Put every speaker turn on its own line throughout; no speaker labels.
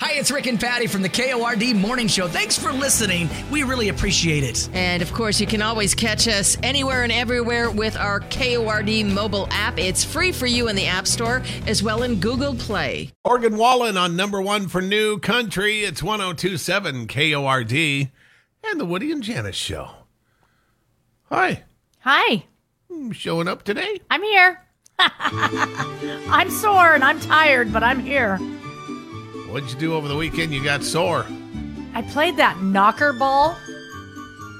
Hey, it's Rick and Patty from the KORD Morning Show. Thanks for listening. We really appreciate it.
And of course, you can always catch us anywhere and everywhere with our KORD mobile app. It's free for you in the App Store as well in Google Play.
Oregon Wallen on number one for New Country. It's 1027 KORD and the Woody and Janice Show. Hi,
Hi,
I'm showing up today.
I'm here. I'm sore and I'm tired, but I'm here.
What'd you do over the weekend? You got sore.
I played that knocker ball.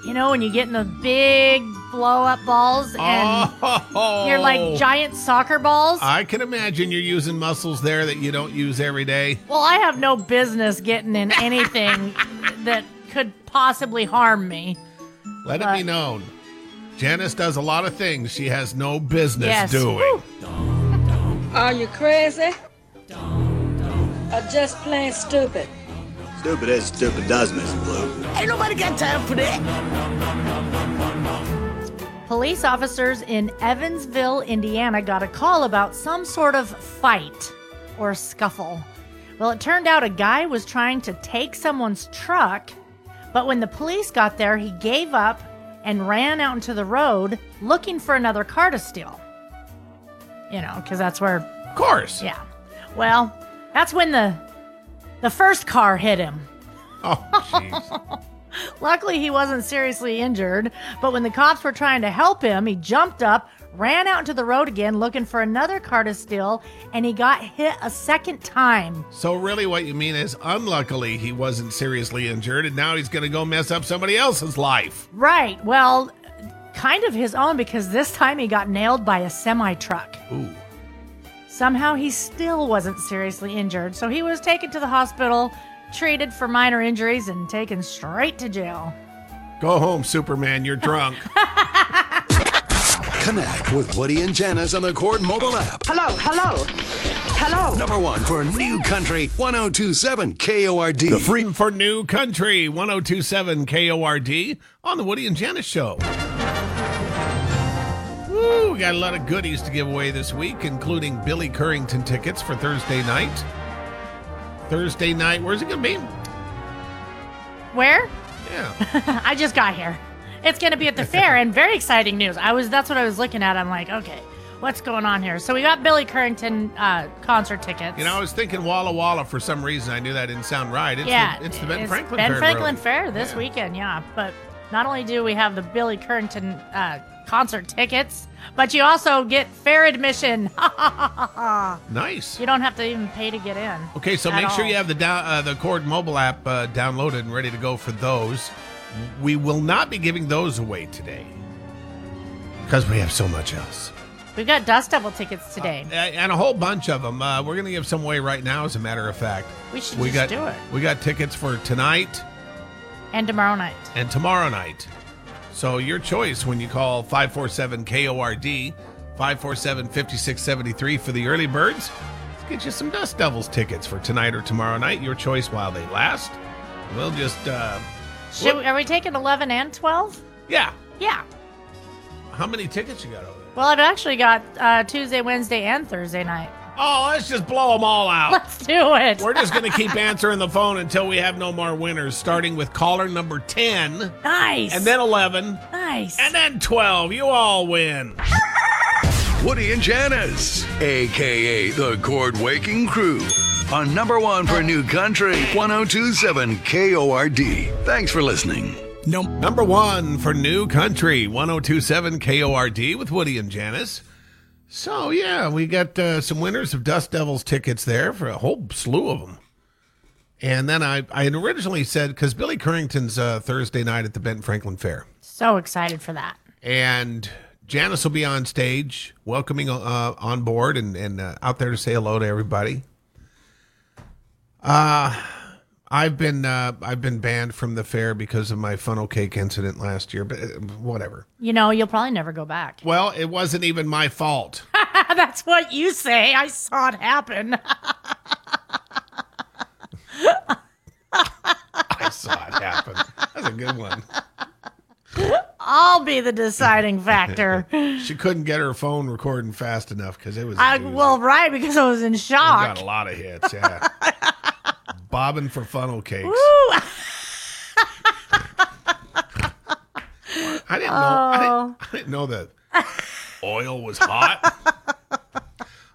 You know, when you get in the big blow up balls and
oh,
you're like giant soccer balls.
I can imagine you're using muscles there that you don't use every day.
well, I have no business getting in anything that could possibly harm me.
Let it be known. Janice does a lot of things she has no business
Yes.
doing.
Woo.
Are you crazy? Or just plain stupid?
Stupid is stupid does, Miss Blue.
Police officers in Evansville, Indiana got a call about some sort of fight or scuffle. Well, it turned out a guy was trying to take someone's truck, but when the police got there, he gave up and ran out into the road looking for another car to steal. You know, because that's where,
Of course.
yeah. Well, that's when the the first car hit him.
Oh, jeez.
Luckily, he wasn't seriously injured, but when the cops were trying to help him, he jumped up, ran out into the road again looking for another car to steal, and he got hit a second time.
so really what you mean is unluckily he wasn't seriously injured and now he's going to go mess up somebody else's life.
Right, well, kind of his own because this time he got nailed by a semi truck.
Ooh.
Somehow he still wasn't seriously injured, so he was taken to the hospital, treated for minor injuries, and taken straight to jail.
Go home, Superman, you're drunk.
Connect with Woody and Janice on the Cord mobile app.
Hello, hello, hello.
Number one for New Country 1027 KORD.
the Freedom for New Country 1027 KORD on the Woody and Janice show. Woo, we got a lot of goodies to give away this week, including Billy Currington tickets for Thursday night. Thursday night, where's it going to be?
Where?
Yeah.
I just got here. It's going to be at the fair, and very exciting news. I was that's what I was looking at. I'm like, okay, what's going on here? So we got Billy Currington uh, concert tickets.
You know, I was thinking Walla Walla for some reason. I knew that didn't sound right. It's
yeah,
The, it's the Ben Franklin
Ben
Fair.
Franklin
really.
Fair this
Yeah.
weekend. Yeah, but not only do we have the Billy Currington uh, concert tickets, but you also get fair admission.
Nice.
you don't have to even pay to get in.
Okay, so
at
make sure
all.
you have the down, uh, the Cord mobile app uh, downloaded and ready to go for those. We will not be giving those away today because we have so much else
We've got Dust Devil tickets today.
A- and a whole bunch of them. Uh, we're going to give some away right now. As a matter of fact,
We should
we
just
got
do it.
we got tickets for tonight
and tomorrow night.
and tomorrow night. So your choice when you call 547 KORD 547 5673 for the early birds. Let's get you some Dust Devils tickets for tonight or tomorrow night. Your choice while they last. We'll just, uh,
Should we, are we taking 11 and 12?
yeah.
Yeah.
How many tickets you got over there?
Well, I've actually got uh, Tuesday, Wednesday, and Thursday night.
Oh, let's just blow them all out.
Let's do it.
We're just going to keep answering the phone until we have no more winners, starting with caller number 10,
nice.
and then 11,
nice.
and then 12. You all win.
Woody and Janice, aka the Cord Waking Crew. On number one for New Country 1027 KORD. Thanks for listening.
No,
Number one for New Country, 1027 KORD with Woody and Janice. So, yeah, we got uh, some winners of Dust Devils tickets there for a whole slew of them. And then I, I had originally said, because Billy Currington's uh, Thursday night at the Benton Franklin Fair.
so excited for that.
And Janice will be on stage, welcoming uh, on board and, and uh, out there to say hello to everybody. Uh, I've been uh, I've been banned from the fair because of my funnel cake incident last year, but uh, whatever.
You know, you'll probably never go back.
Well, it wasn't even my fault.
That's what you say. I saw it happen.
I saw it happen. That's a good one.
I'll be the deciding factor.
She couldn't get her phone recording fast enough because it was.
I
it was-
well, right because I was in
it got
shock.
a lot of hits. Yeah. bobbing for funnel cakes.
Ooh,
I didn't know.
Oh.
I, didn't, I didn't know that oil was hot.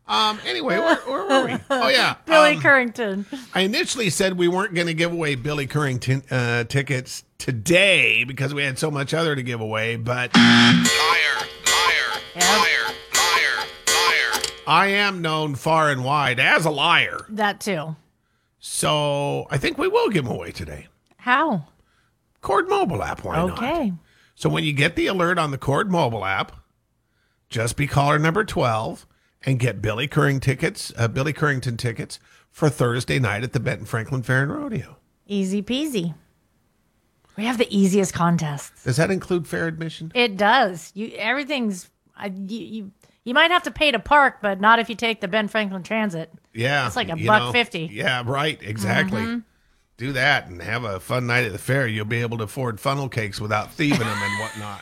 um. Anyway, where, where were we? Oh yeah,
Billy
um,
Currington.
I initially said we weren't going to give away Billy Currington uh, tickets today because we had so much other to give away, but
Liar, liar, liar, liar, liar.
I am known far and wide as a liar.
That too.
So I think we will give them away today.
How?
Cord mobile app, why not?
Okay.
So when you get the alert on the Cord mobile app, just be caller number 12 and get Billy Curring tickets, uh, Billy Currington tickets for Thursday night at the Benton Franklin Fair and Rodeo.
Easy peasy. We have the easiest contest.
Does that include fair admission?
It does. You everything's I, you, you you might have to pay to park, but not if you take the Ben Franklin Transit.
Yeah.
It's like a
you
buck Mm-hmm. 50.
Yeah, right. Exactly. Do that and have a fun night at the fair. You'll be able to afford funnel cakes without thieving them and whatnot.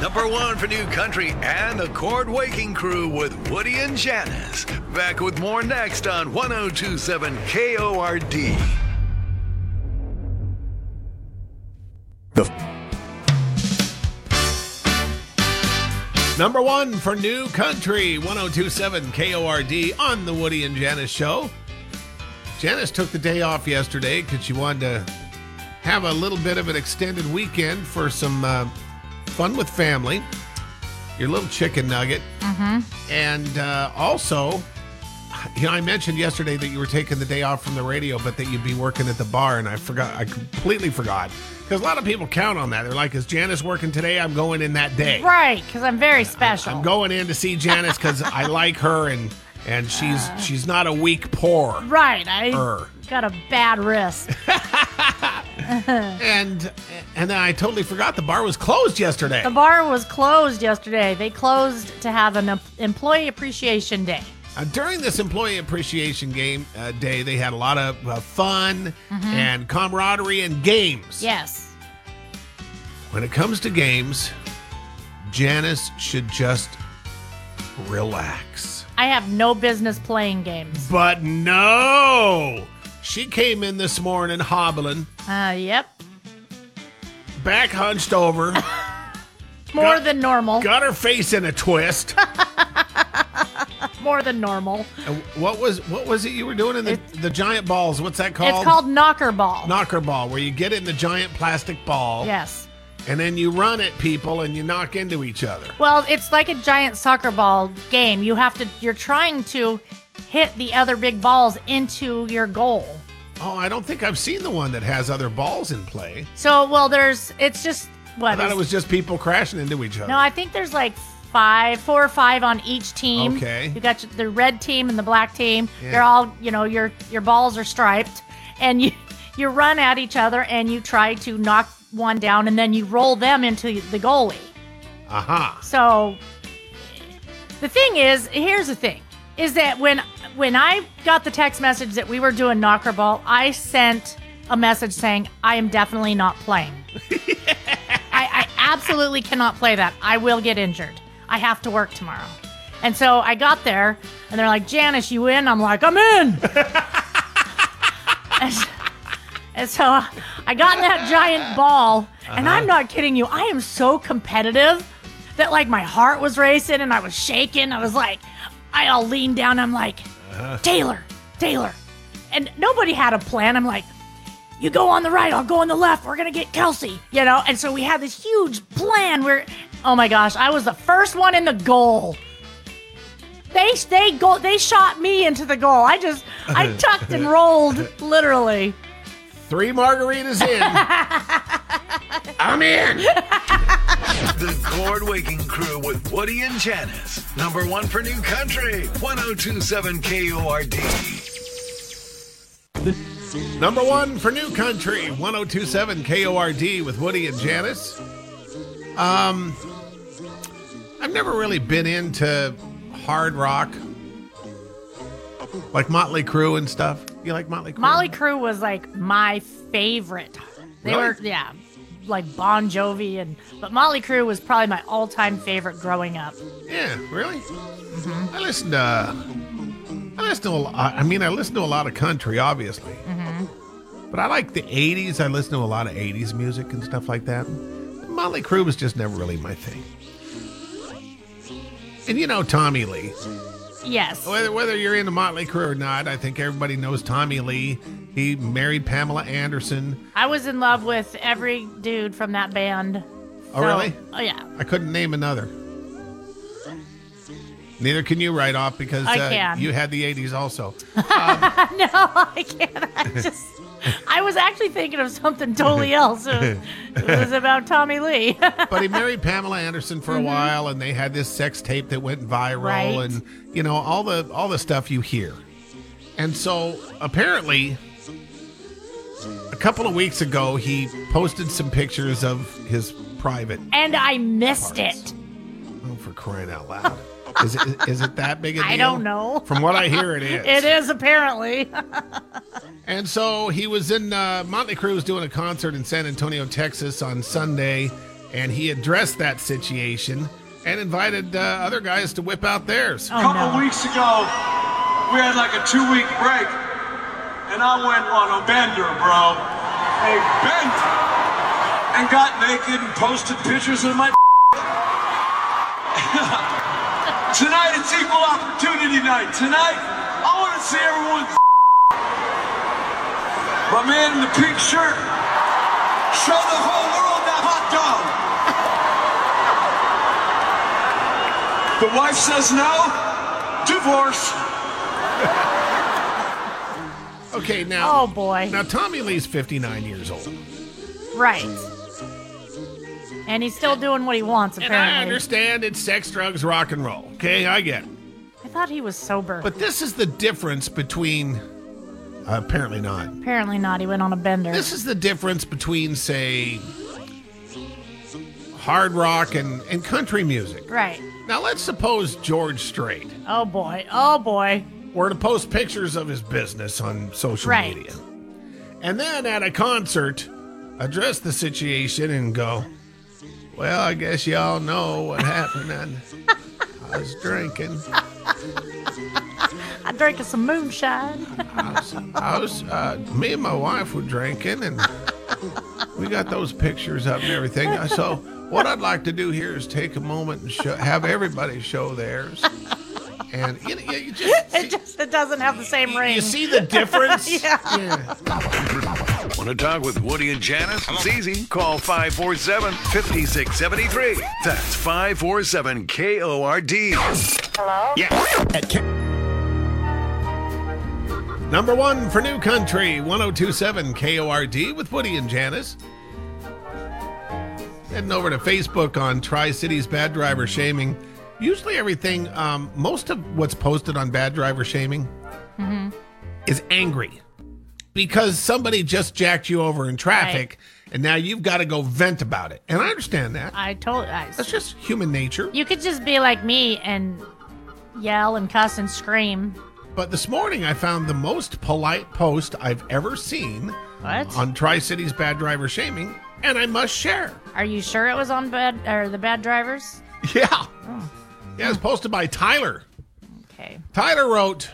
Number one for New Country and the Cord Waking Crew with Woody and Janice. Back with more next on 1027 KORD.
Number one for New Country, 1027 KORD on the Woody and Janice Show. Janice took the day off yesterday because she wanted to have a little bit of an extended weekend for some uh, fun with family, your little chicken nugget. And uh, also, you know, I mentioned yesterday that you were taking the day off from the radio, but that you'd be working at the bar, and I forgot, I completely forgot. Because a lot of people count on that. They're like, is Janice working today? I'm going in that day.
Right, cuz I'm very special.
I'm going in to see Janice because I like her and and she's she's not a weak poor.
right. I
Er.
got a bad wrist.
And and then I totally forgot the bar was closed yesterday.
The bar was closed yesterday. They closed to have an em- employee appreciation day.
Uh, during this employee appreciation game uh, day, they had a lot of uh, fun
Mm-hmm.
and camaraderie and games.
Yes.
When it comes to games, Janice should just relax.
I have no business playing games.
But no, she came in this morning hobbling,
Uh, yep.
back hunched over.
More
Got-
than normal.
got her face in a twist.
More than normal.
And what was what was it you were doing in the, the giant balls? What's that called?
It's called knocker ball.
knocker ball, where you get in the giant plastic ball,
yes.
and then you run at people and you knock into each other.
Well, it's like a giant soccer ball game. You have to you're trying to hit the other big balls into your goal.
Oh, I don't think I've seen the one that has other balls in play.
So, well, there's it's just what
I thought
is-
it was just people crashing into each other.
No, I think there's like five, four or five on each team.
Okay.
You got your- the red team and the black team.
Yeah.
They're all, you know, your your balls are striped, and you you run at each other and you try to knock one down, and then you roll them into the goalie.
Aha!
So the thing is, here's the thing: is that when when I got the text message that we were doing knocker ball, I sent a message saying I am definitely not playing. I, I absolutely cannot play that. I will get injured. I have to work tomorrow. And so I got there, and they're like, "Janice, you in?" I'm like, "I'm in." And s- and so I got in that giant ball, and I'm not kidding you. I am so competitive that like my heart was racing and I was shaking. I was like, I all leaned down. I'm like, Taylor, Taylor, and nobody had a plan. I'm like, you go on the right, I'll go on the left. We're gonna get Kelsey, you know. And so we had this huge plan. Where, oh my gosh, I was the first one in the goal. They they go they shot me into the goal. I just I tucked and rolled literally.
Three margaritas in. I'm in.
The Cord Waking Crew with Woody and Janice. Number one for New Country, 1027 KORD.
Number one for New Country, 1027 KORD with Woody and Janice. Um, I've never really been into hard rock, like Motley Crue and stuff. You like Motley Crue?
Molly Crew was like my favorite. They
Really?
were yeah, like Bon Jovi and but Molly Crew was probably my all time favorite growing up.
Yeah, really? Mm-hmm. I listen to. I listen to. A, lo- I mean, I listen to a lot of country, obviously.
Mm-hmm.
But I like the 80s. I listen to a lot of 80s music and stuff like that. Motley Crue was just never really my thing. And you know Tommy Lee.
Yes.
Whether, whether you're into Motley Crue or not, I think everybody knows Tommy Lee. He married Pamela Anderson.
I was in love with every dude from that band.
Oh,
So-
really?
Oh, yeah.
I couldn't name another. Neither can you write off because
I
uh,
can.
you had the 80s also.
No, I can't. I just. I was actually thinking of something totally else. It was, it was about Tommy Lee.
but he married Pamela Anderson for a while, and they had this sex tape that went viral,
Mm-hmm. Right.
and you know all the all the stuff you hear. And so apparently, a couple of weeks ago, he posted some pictures of his private.
and I missed it.
Oh, for crying out loud! Is it, is it that big a deal?
I don't know.
From what I hear, it is.
It is apparently.
And so he was in uh, Motley Crue was doing a concert in San Antonio, Texas on Sunday, and he addressed that situation and invited uh, other guys to whip out theirs.
Oh.
A couple weeks ago, we had like a two week break, and I went on a bender, bro. A bent! And got naked and posted pictures of my. Tonight it's equal opportunity night. Tonight, I want to see everyone's. My man in the pink shirt, show the whole world that hot dog. The wife says no, divorce.
Okay, now
Oh boy.
now Tommy Lee's 59 years old,
Right. And he's still doing what he wants
and I
apparently.
understand it's sex, drugs, rock and roll. Okay, I get it.
I thought he was sober.
But this is the difference between. apparently not.
apparently not. He went on a bender.
This is the difference between, say, hard rock and, and country music.
right.
Now let's suppose George Strait
Oh boy. Oh boy.
were to post pictures of his business on social
Right.
media. And then at a concert, address the situation and go, Well, I guess y'all know what happened. I, I was drinking.
I drank some moonshine.
I was, uh, me and my wife were drinking, and we got those pictures up and everything. So, what I'd like to do here is take a moment and show, have everybody show theirs. And you, know, you just,
It just it doesn't have the same ring.
you see the difference? yeah.
Want to talk with Woody and Janice? It's easy. Call 547 5673. That's 547 K O R D.
Number one for New Country, 1027 KORD with Woody and Janice. Heading over to Facebook on Tri Cities Bad Driver Shaming. Usually, everything, um, most of what's posted on Bad Driver Shaming is angry because somebody just jacked you over in traffic and now you've got to go vent about it. And I understand that.
I told I
That's just human nature.
You could just be like me and yell and cuss and scream.
But this morning, I found the most polite post I've ever seen
What?
on Tri Cities Bad Driver Shaming, and I must share.
Are you sure it was on bad or the bad drivers?
Yeah. Yeah, it's posted by Tyler.
Okay.
Tyler wrote,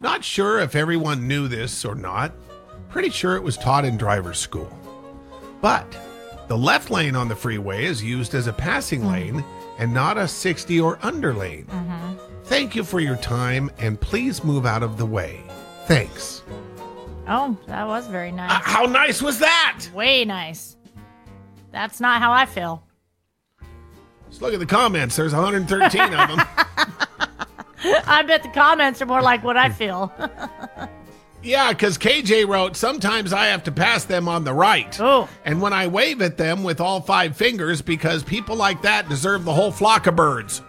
Not sure if everyone knew this or not. Pretty sure it was taught in driver's school. But the left lane on the freeway is used as a passing lane and not a 60 or under lane. Thank you for your time and please move out of the way. Thanks.
Oh, that was very nice.
Uh, how nice was that?
Way nice. That's not how I feel.
Just look at the comments. There's 113 of them.
I bet the comments are more like what I feel.
Yeah, because KJ wrote, sometimes I have to pass them on the right.
Oh.
And when I wave at them with all five fingers, because people like that deserve the whole flock of birds.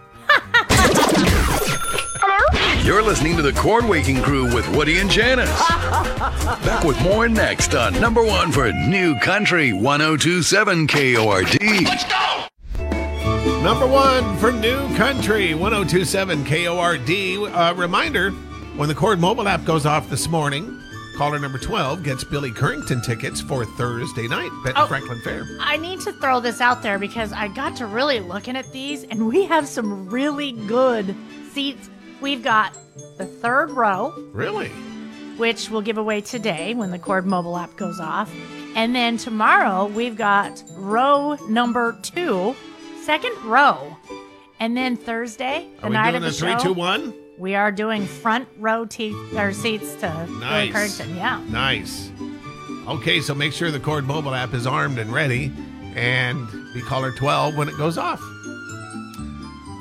You're listening to the Corn Waking Crew with Woody and Janice. Back with more next on number one for New Country 1027 KORD.
Number one for New Country, 1027 KORD. Uh, reminder when the Cord mobile app goes off this morning, caller number 12 gets Billy Currington tickets for Thursday night, Benton
Oh.
Franklin Fair.
I need to throw this out there because I got to really looking at these, and we have some really good seats. We've got the third row,
Really?
which we'll give away today when the Cord mobile app goes off. And then tomorrow we've got row number two, second row. And then Thursday, the
Are we
night
doing
of
a
the
three,
show,
two, one?
we are doing front row te- or seats to Billy
Nice.
Currington. Yeah.
Nice. Okay, so make sure the Cord mobile app is armed and ready and be caller 12 when it goes off.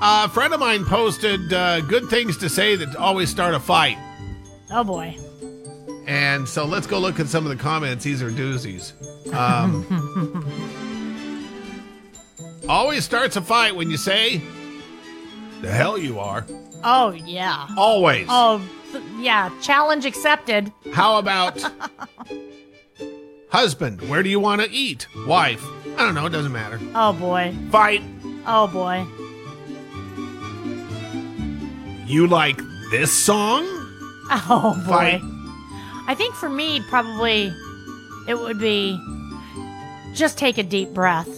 Uh, a friend of mine posted uh, good things to say that always start a fight.
Oh boy.
And so let's go look at some of the comments. These are doozies. Um, always starts a fight when you say, the hell you are.
Oh yeah.
Always.
Oh th- yeah. Challenge accepted.
How about husband? Where do you want to eat? Wife? I don't know. It doesn't matter.
Oh boy.
Fight.
Oh boy.
You like this song?
Oh boy.
Fight.
I think for me, probably it would be just take a deep breath.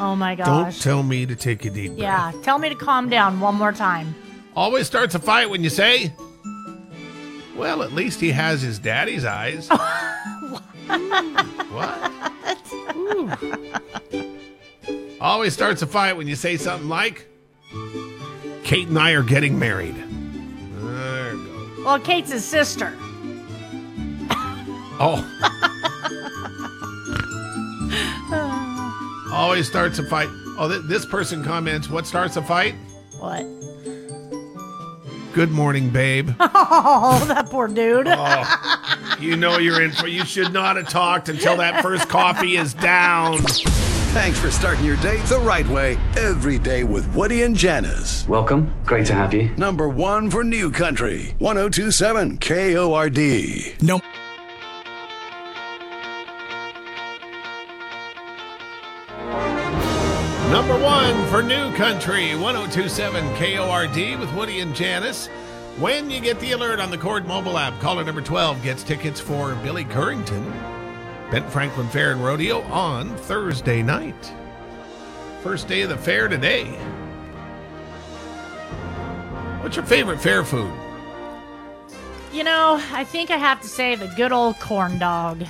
oh my
Don't
gosh.
tell me to take a deep breath.
yeah, tell me to calm down one more time.
Always starts a fight when you say, "Well, at least he has his daddy's eyes." what? Ooh. Always starts a fight when you say something like, "Kate and I are getting married." There we go.
Well, Kate's his sister.
Oh. Always starts a fight. Oh, th- this person comments, what starts a fight?
What?
Good morning, babe.
Oh, that poor dude.
Oh. you know you're in for you should not have talked until that first coffee is down.
Thanks for starting your day the right way every day with Woody and Janice.
Welcome. Great to have you.
Number one for New Country, 1027 KORD.
No.
Number one for New Country, 1027 KORD with Woody and Janice. When you get the alert on the Cord mobile app, caller number 12 gets tickets for Billy Currington, Bent Franklin Fair and Rodeo on Thursday night. First day of the fair today. What's your favorite fair food?
you know, I think I have to say the good old corn dog.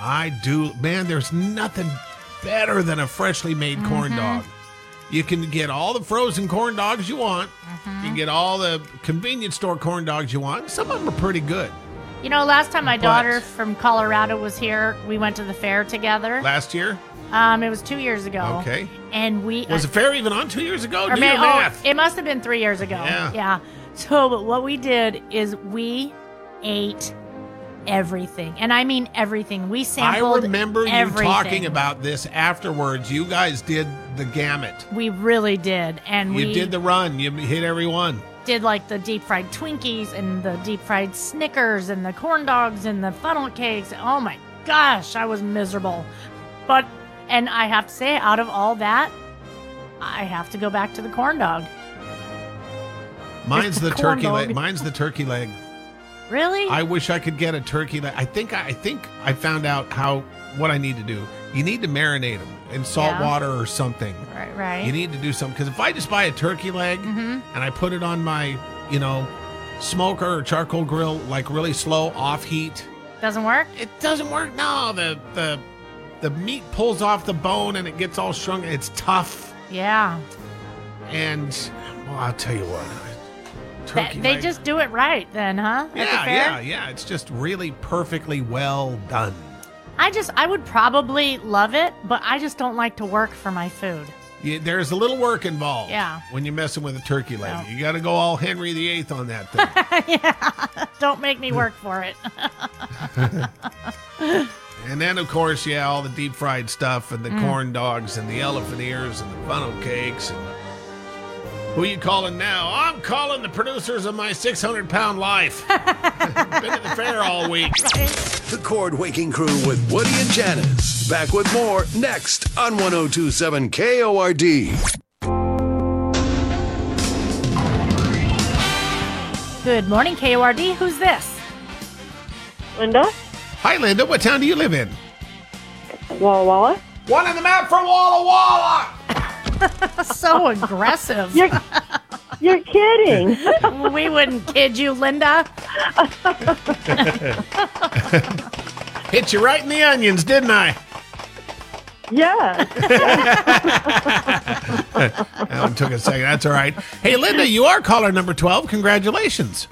I do. Man, there's nothing better than a freshly made
Mm-hmm.
corn dog. You can get all the frozen corn dogs you want. You
Mm-hmm.
can get all the convenience store corn dogs you want. Some of them are pretty good.
You know, last time my
But-
daughter from Colorado was here, we went to the fair together.
Last year,
Um, it was two years ago.
Okay.
And we
was the fair even on two years ago?
Or
Do
may-
your
oh,
math.
it must have been three years ago.
Yeah.
So, but what we did is we ate everything, and I mean everything. We
I
sampled.
remember you
everything.
talking about this afterwards. You guys did the gamut.
We really did, and we
You did the run. You hit every one.
did like the deep fried Twinkies and the deep fried Snickers and the corn dogs and the funnel cakes. Oh my gosh, I was miserable. But and I have to say, out of all that, I have to go back to the corn dog.
Mine's the
corn
turkey leg.
dog.
Mine's the turkey leg.
Really?
I wish I could get a turkey leg. I think I, I think I found out how what I need to do. You need to marinate them in salt
Yeah.
water or something.
right, right. Mm-hmm.
You need to do something because if I just buy a turkey leg and I put it on my you know smoker or charcoal grill like really slow off heat,
Doesn't work.
it doesn't work. No, the the the meat pulls off the bone and it gets all shrunk. It's tough
Yeah.
and well, I'll tell you what.
Th-
Turkey
they
leg-
just do it right then, huh? At the
yeah,
fair?
yeah, yeah. It's just really perfectly well done.
I just I would probably love it, but I just don't like to work for my food.
Yeah, there's a little work involved.
Yeah.
When you're messing with a turkey leg,
Yeah.
you got to go all Henry VIII on that thing.
Don't make me work for it.
and then, of course, yeah, all the deep fried stuff and the
Mm.
corn dogs and the elephant ears and the funnel cakes. And who you calling now? I'm calling the producers of my 600 pound life. Been at the fair all week.
The Cord Waking Crew with Woody and Janice. Back with more next on 1027 KORD.
Good morning, KORD. Who's this?
Linda?
Hi, Linda. What town do you live in?
Walla Walla?
One on the map for Walla Walla.
So aggressive.
You're, You're kidding.
we wouldn't kid you, Linda.
Hit you right in the onions, didn't I?
yeah.
That one took a second. That's all right. Hey, Linda, you are caller number 12. Congratulations.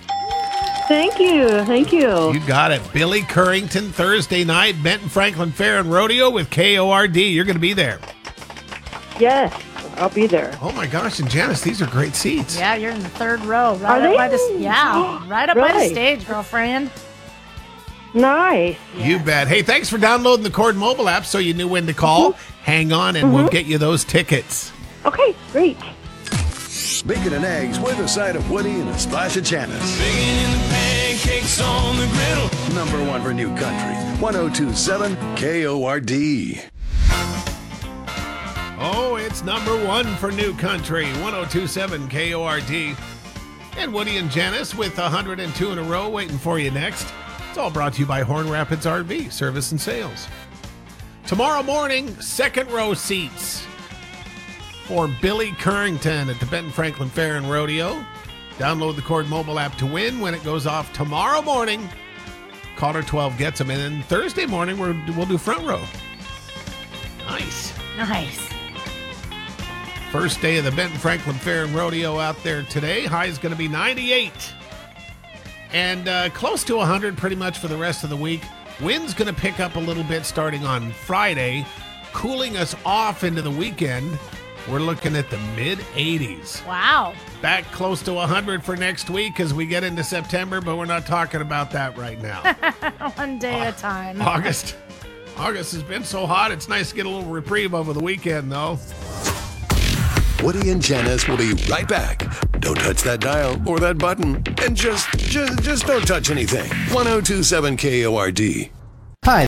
Thank you. Thank you.
You got it. Billy Currington, Thursday night, Benton Franklin Fair and Rodeo with KORD. You're going to be there.
Yes. I'll be there.
Oh, my gosh. And Janice, these are great seats.
Yeah, you're in the third row, right
Are
up
they?
by the s- yeah, right up by the
Right.
stage, girlfriend.
Nice.
You bet. Hey, thanks for downloading the Cord mobile app so you knew when to call.
Mm-hmm.
Hang on, and we'll get you those tickets.
Okay, great.
Bacon and eggs with a side of Woody and a splash of Janice.
Pancakes on the griddle.
Number one for New Country, 1027 KORD.
Oh, it's number one for New Country, 1027 KORD. And Woody and Janice with 102 in a row waiting for you next. It's all brought to you by Horn Rapids RV Service and Sales. Tomorrow morning, second row seats for Billy Currington at the Benton Franklin Fair and Rodeo. Download the Cord mobile app to win when it goes off tomorrow morning. Caller 12 gets them, and then Thursday morning we're, we'll do front row. Nice.
Nice.
First day of the Benton Franklin Fair and Rodeo out there today. High is going to be 98 and uh, close to 100 pretty much for the rest of the week. Wind's going to pick up a little bit starting on Friday, cooling us off into the weekend. We're looking at the mid 80s.
Wow.
Back close to 100 for next week as we get into September, but we're not talking about that right now.
One day at a time.
August. August has been so hot. It's nice to get a little reprieve over the weekend, though.
Woody and Janice will be right back. Don't touch that dial oh or that button. And just, just, just don't touch anything. 1027 KORD.